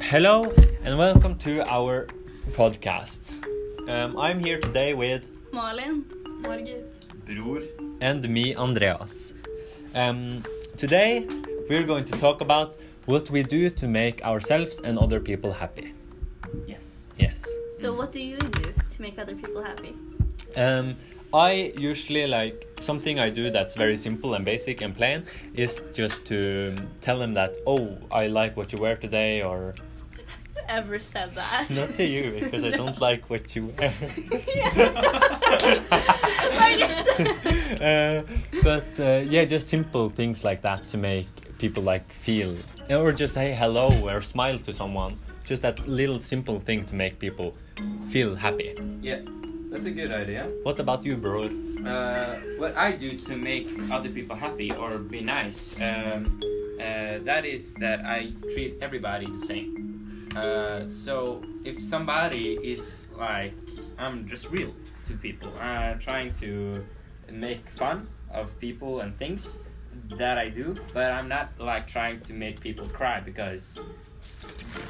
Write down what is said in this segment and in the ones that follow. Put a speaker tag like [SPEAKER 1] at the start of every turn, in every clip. [SPEAKER 1] Hello and welcome to our podcast. Um, I'm here today with
[SPEAKER 2] Malin. Margit.
[SPEAKER 3] Bror.
[SPEAKER 1] and me, Andreas. Um, today we're going to talk about what we do to make ourselves and other people happy.
[SPEAKER 3] Yes.
[SPEAKER 1] Yes.
[SPEAKER 2] So what do you do to make other people happy?
[SPEAKER 1] Um, I usually like something I do that's very simple and basic and plain is just to tell them that oh I like what you wear today or
[SPEAKER 2] Ever said that?
[SPEAKER 1] not to you because I don't like what you wear. uh, but uh, yeah, just simple things like that to make people like feel or just say hello or smile to someone. Just that little simple thing to make people feel happy.
[SPEAKER 3] Yeah, that's a good idea.
[SPEAKER 1] What about you, bro?
[SPEAKER 3] Uh, what I do to make other people happy or be nice, um, uh, that is that I treat everybody the same. Uh, so if somebody is like, I'm just real to people, uh, trying to make fun of people and things that I do, but I'm not like trying to make people cry because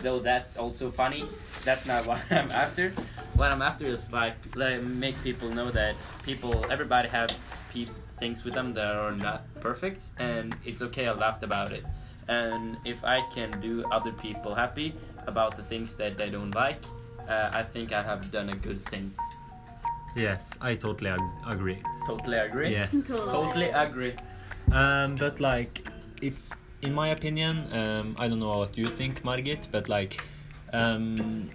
[SPEAKER 3] though that's also funny, that's not what I'm after. What I'm after is like let make people know that people, everybody has pe- things with them that are not perfect, and it's okay. I laughed about it, and if I can do other people happy about the things that they don't like, uh, I think I have done a good thing.
[SPEAKER 1] Yes, I totally agree.
[SPEAKER 3] Totally agree.
[SPEAKER 1] Yes.
[SPEAKER 3] Totally agree.
[SPEAKER 1] Um, but like, it's in my opinion. Um, I don't know what you think, Margit, but like, um,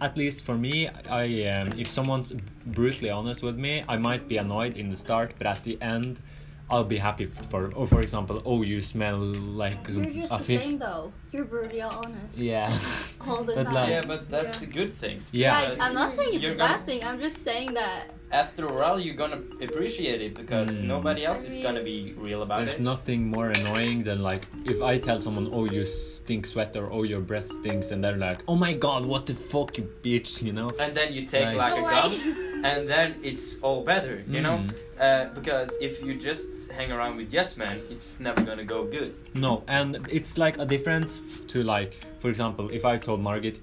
[SPEAKER 1] at least for me, I um, if someone's brutally honest with me, I might be annoyed in the start, but at the end, I'll be happy f- for. Or for example, oh, you smell like
[SPEAKER 2] You're just
[SPEAKER 1] a
[SPEAKER 2] the
[SPEAKER 1] fish.
[SPEAKER 2] same though. You're brutally honest.
[SPEAKER 1] Yeah.
[SPEAKER 2] All the
[SPEAKER 1] But
[SPEAKER 2] time.
[SPEAKER 1] like-
[SPEAKER 3] Yeah, but that's a good thing.
[SPEAKER 1] Yeah.
[SPEAKER 2] Like, I'm not saying it's
[SPEAKER 3] You're
[SPEAKER 2] a bad
[SPEAKER 3] gonna-
[SPEAKER 2] thing. I'm just saying that.
[SPEAKER 3] After a while, you're gonna appreciate it because
[SPEAKER 1] Mm.
[SPEAKER 3] nobody else
[SPEAKER 2] I
[SPEAKER 3] is
[SPEAKER 2] mean-
[SPEAKER 3] gonna be real about
[SPEAKER 1] There's
[SPEAKER 3] it.
[SPEAKER 1] nothing more annoying than like if I tell someone, "Oh, you stink sweat," or "Oh, your breath stinks," and they're like, "Oh my god, what the fuck, you bitch," you know?
[SPEAKER 3] and then you take
[SPEAKER 1] Right.
[SPEAKER 3] like a
[SPEAKER 2] Like-
[SPEAKER 3] gum, and then it's all better, you know.
[SPEAKER 1] Hmm.
[SPEAKER 3] Uh, because if you just hang around with yes men, it's never gonna go good.
[SPEAKER 1] No, and it's like a difference to like, for example, if I told Margit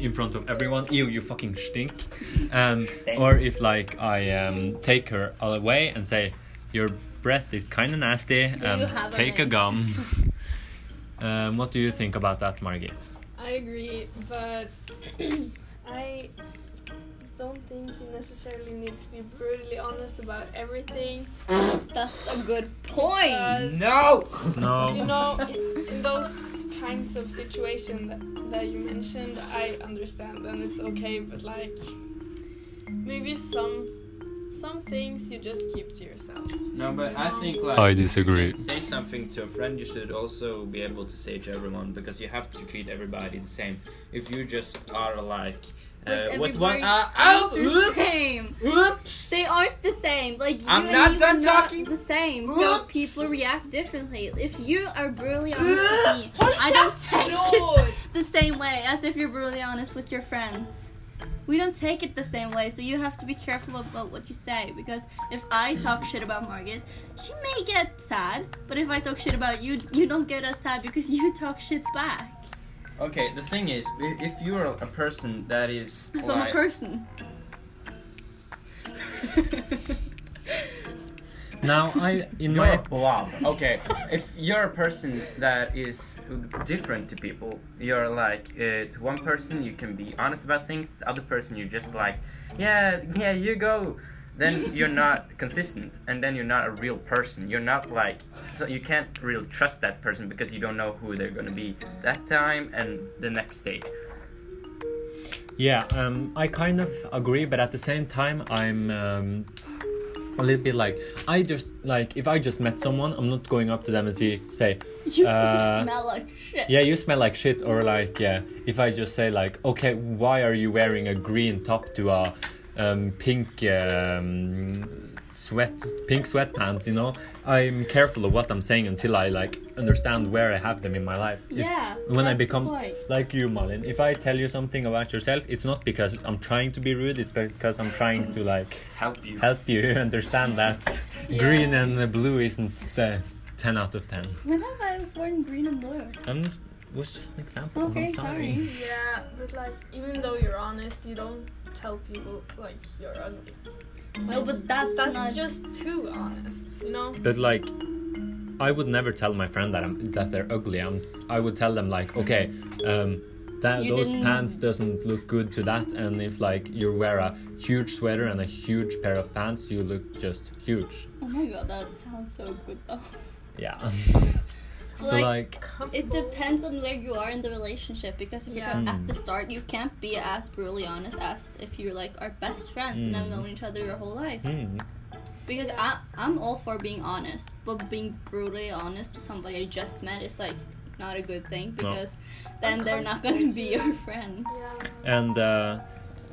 [SPEAKER 1] in front of everyone, "Ew, you fucking stink," um, or if like I um, take her away and say, "Your breath is kind of nasty," um,
[SPEAKER 2] you have a
[SPEAKER 1] take a
[SPEAKER 2] name?
[SPEAKER 1] gum. um, what do you think about that, Margit?
[SPEAKER 4] I agree, but I don't think you necessarily need to be brutally honest about everything.
[SPEAKER 2] That's a good
[SPEAKER 3] Uh,
[SPEAKER 2] point.
[SPEAKER 4] because,
[SPEAKER 1] No.
[SPEAKER 4] You know, in, in those kinds of situations that, that you mentioned, I understand and it's okay, but like maybe some some things you just keep to yourself.
[SPEAKER 3] No, but I think like
[SPEAKER 1] I
[SPEAKER 3] if you
[SPEAKER 1] disagree.
[SPEAKER 3] can say something to a friend, you should also be able to say to everyone because you have to treat everybody the same. If you just are like uh,
[SPEAKER 2] Like
[SPEAKER 3] with one
[SPEAKER 2] everybody
[SPEAKER 3] eye,
[SPEAKER 2] Not
[SPEAKER 3] out,
[SPEAKER 2] the
[SPEAKER 3] oops,
[SPEAKER 2] same.
[SPEAKER 3] oops.
[SPEAKER 2] They aren't the same. Like you
[SPEAKER 3] I'm
[SPEAKER 2] and
[SPEAKER 3] not
[SPEAKER 2] you
[SPEAKER 3] done
[SPEAKER 2] are
[SPEAKER 3] talking.
[SPEAKER 2] Not the same. So
[SPEAKER 3] Oops.
[SPEAKER 2] people react differently. If you are brutally honest with me, I don't take
[SPEAKER 4] No.
[SPEAKER 2] it the same way as if you're brutally honest with your friends. We don't take it the same way, so you have to be careful about what you say because if I talk shit about Margaret, she may get sad. But if I talk shit about you, you don't get as sad because you talk shit back.
[SPEAKER 3] Okay, the thing is, i- if you're a person that is
[SPEAKER 2] If I'm a
[SPEAKER 3] like,
[SPEAKER 2] person.
[SPEAKER 1] Now I in
[SPEAKER 3] You're
[SPEAKER 1] my
[SPEAKER 3] a blob. Okay, if you're a person that is different to people, you're like uh, to one person you can be honest about things. The other person you're just like, yeah, yeah, you go. Then you're not consistent, and then you're not a real person. You're not like so you can't really trust that person because you don't know who they're gonna be that time and the next day.
[SPEAKER 1] Yeah, um, I kind of agree, but at the same time, I'm um, a little bit like I just like if I just met someone, I'm not going up to them and see, say,
[SPEAKER 2] you
[SPEAKER 1] Uh,
[SPEAKER 2] smell like shit.
[SPEAKER 1] yeah, you smell like shit, or like yeah, if I just say like, okay, why are you wearing a green top to a um, pink um, sweat pink sweatpants? You know, I'm careful of what I'm saying until I like understand where I have them in my life. If-
[SPEAKER 2] Yeah,
[SPEAKER 1] when I
[SPEAKER 2] that's the
[SPEAKER 1] become
[SPEAKER 2] point.
[SPEAKER 1] like you, Malin, if I tell you something about yourself, it's not because I'm trying to be rude. It's because I'm trying to like
[SPEAKER 3] Help you.
[SPEAKER 1] help you understand that green and blue isn't uh, ten out of ten.
[SPEAKER 2] When have I worn green and blue?
[SPEAKER 1] I'm was just an example.
[SPEAKER 2] Okay,
[SPEAKER 1] I'm sorry.
[SPEAKER 2] sorry.
[SPEAKER 4] Yeah, but like even though you're honest, you don't tell people like you're ugly.
[SPEAKER 2] No, but that's
[SPEAKER 4] that's
[SPEAKER 2] not-
[SPEAKER 4] just too honest, you know.
[SPEAKER 1] But like, I would never tell my friend that I'm that they're ugly. I'm, I would tell them like, okay, um, that
[SPEAKER 2] You
[SPEAKER 1] those
[SPEAKER 2] didn't-
[SPEAKER 1] pants doesn't look good to that. And if like you wear a huge sweater and a huge pair of pants, you look just huge.
[SPEAKER 2] Oh my god, that sounds so good though.
[SPEAKER 1] Yeah. so like,
[SPEAKER 2] It depends on where you are in the relationship because if
[SPEAKER 4] Yeah.
[SPEAKER 2] you're
[SPEAKER 1] Mm.
[SPEAKER 2] at the start, you can't be as brutally honest as if you're like our best friends and have
[SPEAKER 1] Mm.
[SPEAKER 2] known each other your whole life.
[SPEAKER 1] hmm,
[SPEAKER 2] Because I, I'm all for being honest, but being brutally honest to somebody I just met is like not a good thing because then they're not gonna be your friend.
[SPEAKER 4] Yeah.
[SPEAKER 1] and uh,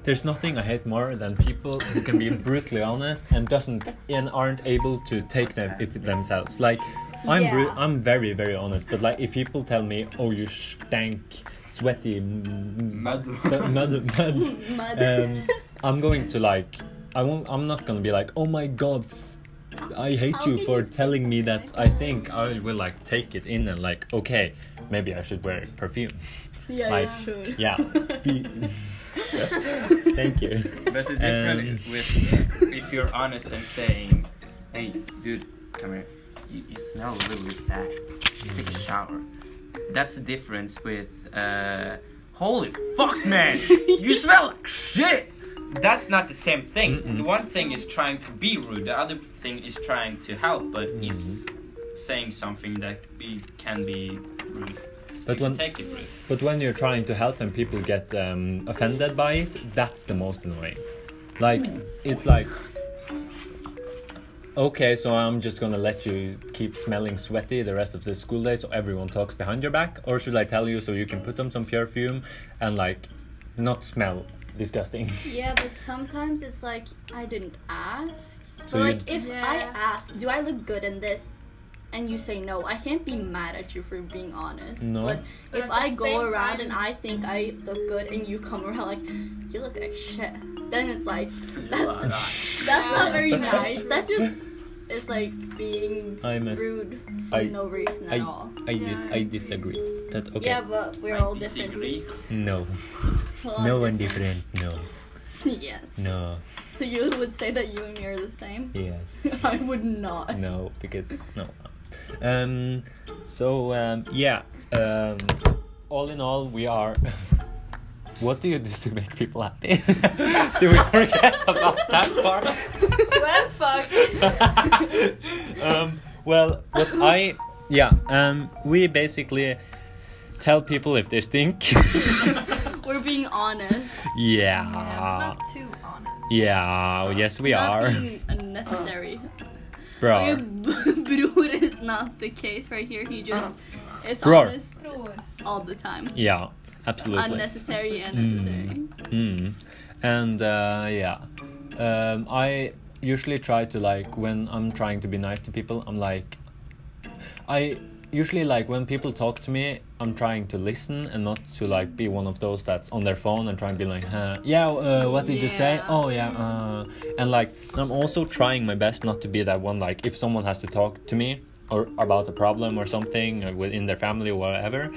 [SPEAKER 1] there's nothing I hate more than people who can be brutally honest and doesn't and aren't able to take them it themselves. Like, I'm bru-
[SPEAKER 2] Yeah.
[SPEAKER 1] I'm very very honest, but like if people tell me, oh you stank, sweaty, m-
[SPEAKER 3] Mud.
[SPEAKER 1] mud, mud, mud
[SPEAKER 2] Mud.
[SPEAKER 1] um, I'm going to like, I won't. I'm not gonna be like, oh my god, f- I hate
[SPEAKER 2] How
[SPEAKER 1] you
[SPEAKER 2] can
[SPEAKER 1] for
[SPEAKER 2] you say
[SPEAKER 1] telling me
[SPEAKER 2] something
[SPEAKER 1] that
[SPEAKER 2] like
[SPEAKER 1] I stink. I will like take it in and like, okay, maybe I should wear perfume.
[SPEAKER 2] yeah,
[SPEAKER 1] like,
[SPEAKER 2] you should.
[SPEAKER 1] yeah, be- Thank you.
[SPEAKER 3] But the difference
[SPEAKER 1] Um,
[SPEAKER 3] with uh, if you're honest and saying, "Hey, dude, come here. You, you smell a little bit bad. Take
[SPEAKER 1] Mm-hmm.
[SPEAKER 3] a shower." That's the difference with, uh, "Holy fuck, man, you smell like shit." That's not the same thing.
[SPEAKER 1] Mm-mm.
[SPEAKER 3] The One thing is trying to be rude. The other thing is trying to help, but
[SPEAKER 1] Mm-hmm.
[SPEAKER 3] he's saying something that we can be rude.
[SPEAKER 1] But
[SPEAKER 3] we
[SPEAKER 1] when
[SPEAKER 3] can take it rude.
[SPEAKER 1] but when you're trying to help and people get um, offended by it, that's the most annoying. Like
[SPEAKER 2] Hmm.
[SPEAKER 1] it's like. Okay, so I'm just gonna let you keep smelling sweaty the rest of the school day so everyone talks behind your back? Or should I tell you so you can put on some perfume and like not smell disgusting?
[SPEAKER 2] Yeah, but sometimes it's like I didn't ask.
[SPEAKER 1] So
[SPEAKER 2] but
[SPEAKER 1] you-
[SPEAKER 2] like if I
[SPEAKER 4] Yeah.
[SPEAKER 2] ask, do I look good in this? And you say no, I can't be mad at you for being honest.
[SPEAKER 1] No.
[SPEAKER 2] But,
[SPEAKER 4] But
[SPEAKER 2] if
[SPEAKER 4] at
[SPEAKER 2] I
[SPEAKER 4] the
[SPEAKER 2] go
[SPEAKER 4] same
[SPEAKER 2] around
[SPEAKER 4] time-
[SPEAKER 2] and I think I look good and you come around like you look like shit, then it's like that's, that's not
[SPEAKER 4] Yeah,
[SPEAKER 2] very
[SPEAKER 4] that's not
[SPEAKER 2] nice.
[SPEAKER 4] true.
[SPEAKER 2] That just is like being
[SPEAKER 1] I must-
[SPEAKER 2] rude for
[SPEAKER 1] I-
[SPEAKER 2] no reason at all.
[SPEAKER 1] I, dis-
[SPEAKER 4] Yeah, I
[SPEAKER 1] I
[SPEAKER 4] agree.
[SPEAKER 1] disagree. That okay?
[SPEAKER 2] Yeah, but we're
[SPEAKER 3] I
[SPEAKER 2] all
[SPEAKER 3] disagree.
[SPEAKER 2] different.
[SPEAKER 1] No.
[SPEAKER 2] We're all
[SPEAKER 1] No one different. No.
[SPEAKER 2] different. yes.
[SPEAKER 1] No.
[SPEAKER 2] So you would say that you and me are the same?
[SPEAKER 1] Yes.
[SPEAKER 2] I would not.
[SPEAKER 1] no because no um so um yeah um all in all we are what do you do to make people happy do we forget about that part
[SPEAKER 4] Well, fuck.
[SPEAKER 1] um well what i yeah um we basically tell people if they stink
[SPEAKER 2] We're being honest.
[SPEAKER 4] Yeah, but
[SPEAKER 1] yeah
[SPEAKER 4] not too honest.
[SPEAKER 1] yeah yes we
[SPEAKER 2] not
[SPEAKER 1] are
[SPEAKER 2] being unnecessary.
[SPEAKER 1] bro
[SPEAKER 2] Okay, Bror is not the case right here. He just is
[SPEAKER 1] Bror.
[SPEAKER 2] honest all the time.
[SPEAKER 1] yeah absolutely
[SPEAKER 2] Unnecessary and
[SPEAKER 1] Mm.
[SPEAKER 2] necessary.
[SPEAKER 1] Mm. And uh, yeah, um, I usually try to like when I'm trying to be nice to people, I'm like, I usually like when people talk to me, I'm trying to listen and not to like be one of those that's on their phone and trying to be like, huh, yeah, uh, what did you say?
[SPEAKER 2] Yeah.
[SPEAKER 1] Oh yeah, uh. and like I'm also trying my best not to be that one. Like if someone has to talk to me or about a problem or something or within their family or whatever.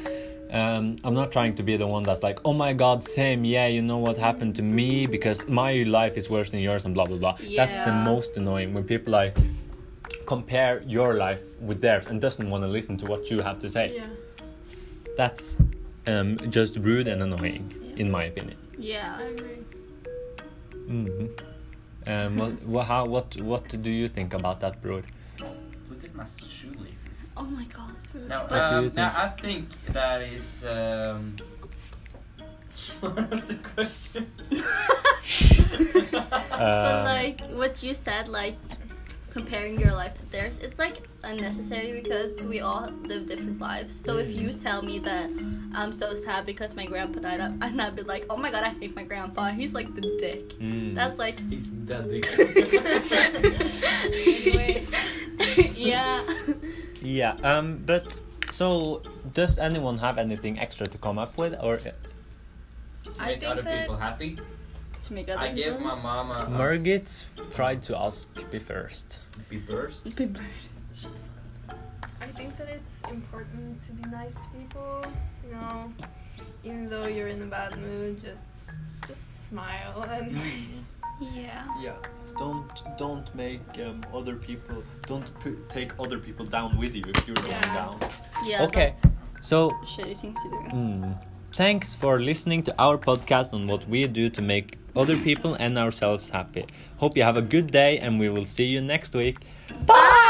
[SPEAKER 1] Um, I'm not trying to be the one that's like, oh my god, same, yeah, you know what happened to me because my life is worse than yours and blah blah blah. That's the
[SPEAKER 2] Yeah.
[SPEAKER 1] most annoying when people like compare your life with theirs and doesn't want to listen to what you have to say.
[SPEAKER 4] Yeah.
[SPEAKER 1] That's um, just rude and annoying,
[SPEAKER 4] Yeah.
[SPEAKER 1] in my opinion.
[SPEAKER 4] I
[SPEAKER 2] Yeah.
[SPEAKER 4] agree.
[SPEAKER 1] hmm Um, what, what, how, what, what do you think about that, Brood?
[SPEAKER 3] Look at my shoelaces.
[SPEAKER 2] Oh my god.
[SPEAKER 3] No,
[SPEAKER 2] But-
[SPEAKER 1] Do you
[SPEAKER 3] um,
[SPEAKER 1] think-
[SPEAKER 3] no, I think that is. Um... what was the question?
[SPEAKER 2] but
[SPEAKER 1] Uh,
[SPEAKER 2] like what you said, like comparing your life to theirs, it's like unnecessary because we all live different lives. So if you tell me that I'm so sad because my grandpa died, I- I'd not be like, oh my god, I hate my grandpa. He's like the dick.
[SPEAKER 1] Mm.
[SPEAKER 2] That's like.
[SPEAKER 1] He's that
[SPEAKER 4] Anyways.
[SPEAKER 2] yeah.
[SPEAKER 1] Yeah, um, but so does anyone have anything extra to come up with, or
[SPEAKER 3] To
[SPEAKER 4] I
[SPEAKER 3] make
[SPEAKER 4] think
[SPEAKER 3] other
[SPEAKER 4] that-
[SPEAKER 3] people happy.
[SPEAKER 2] To make other
[SPEAKER 3] I gave
[SPEAKER 2] people
[SPEAKER 3] my mom a.
[SPEAKER 1] Margit tried to ask me first?
[SPEAKER 3] Happy birth.
[SPEAKER 2] happy birthday.
[SPEAKER 4] I think that it's important to be nice to people. You know, even though you're in a bad mood, just just smile and
[SPEAKER 1] Mm-hmm.
[SPEAKER 2] Yeah.
[SPEAKER 5] Yeah. Don't don't make um, other people don't pu- take other people down with you if you're going
[SPEAKER 4] Yeah.
[SPEAKER 5] down.
[SPEAKER 2] Yeah.
[SPEAKER 1] okay, so
[SPEAKER 2] that's Shitty things to do.
[SPEAKER 1] mm, thanks for listening to our podcast on what we do to make other people and ourselves happy. Hope you have a good day, and we will see you next week. Bye.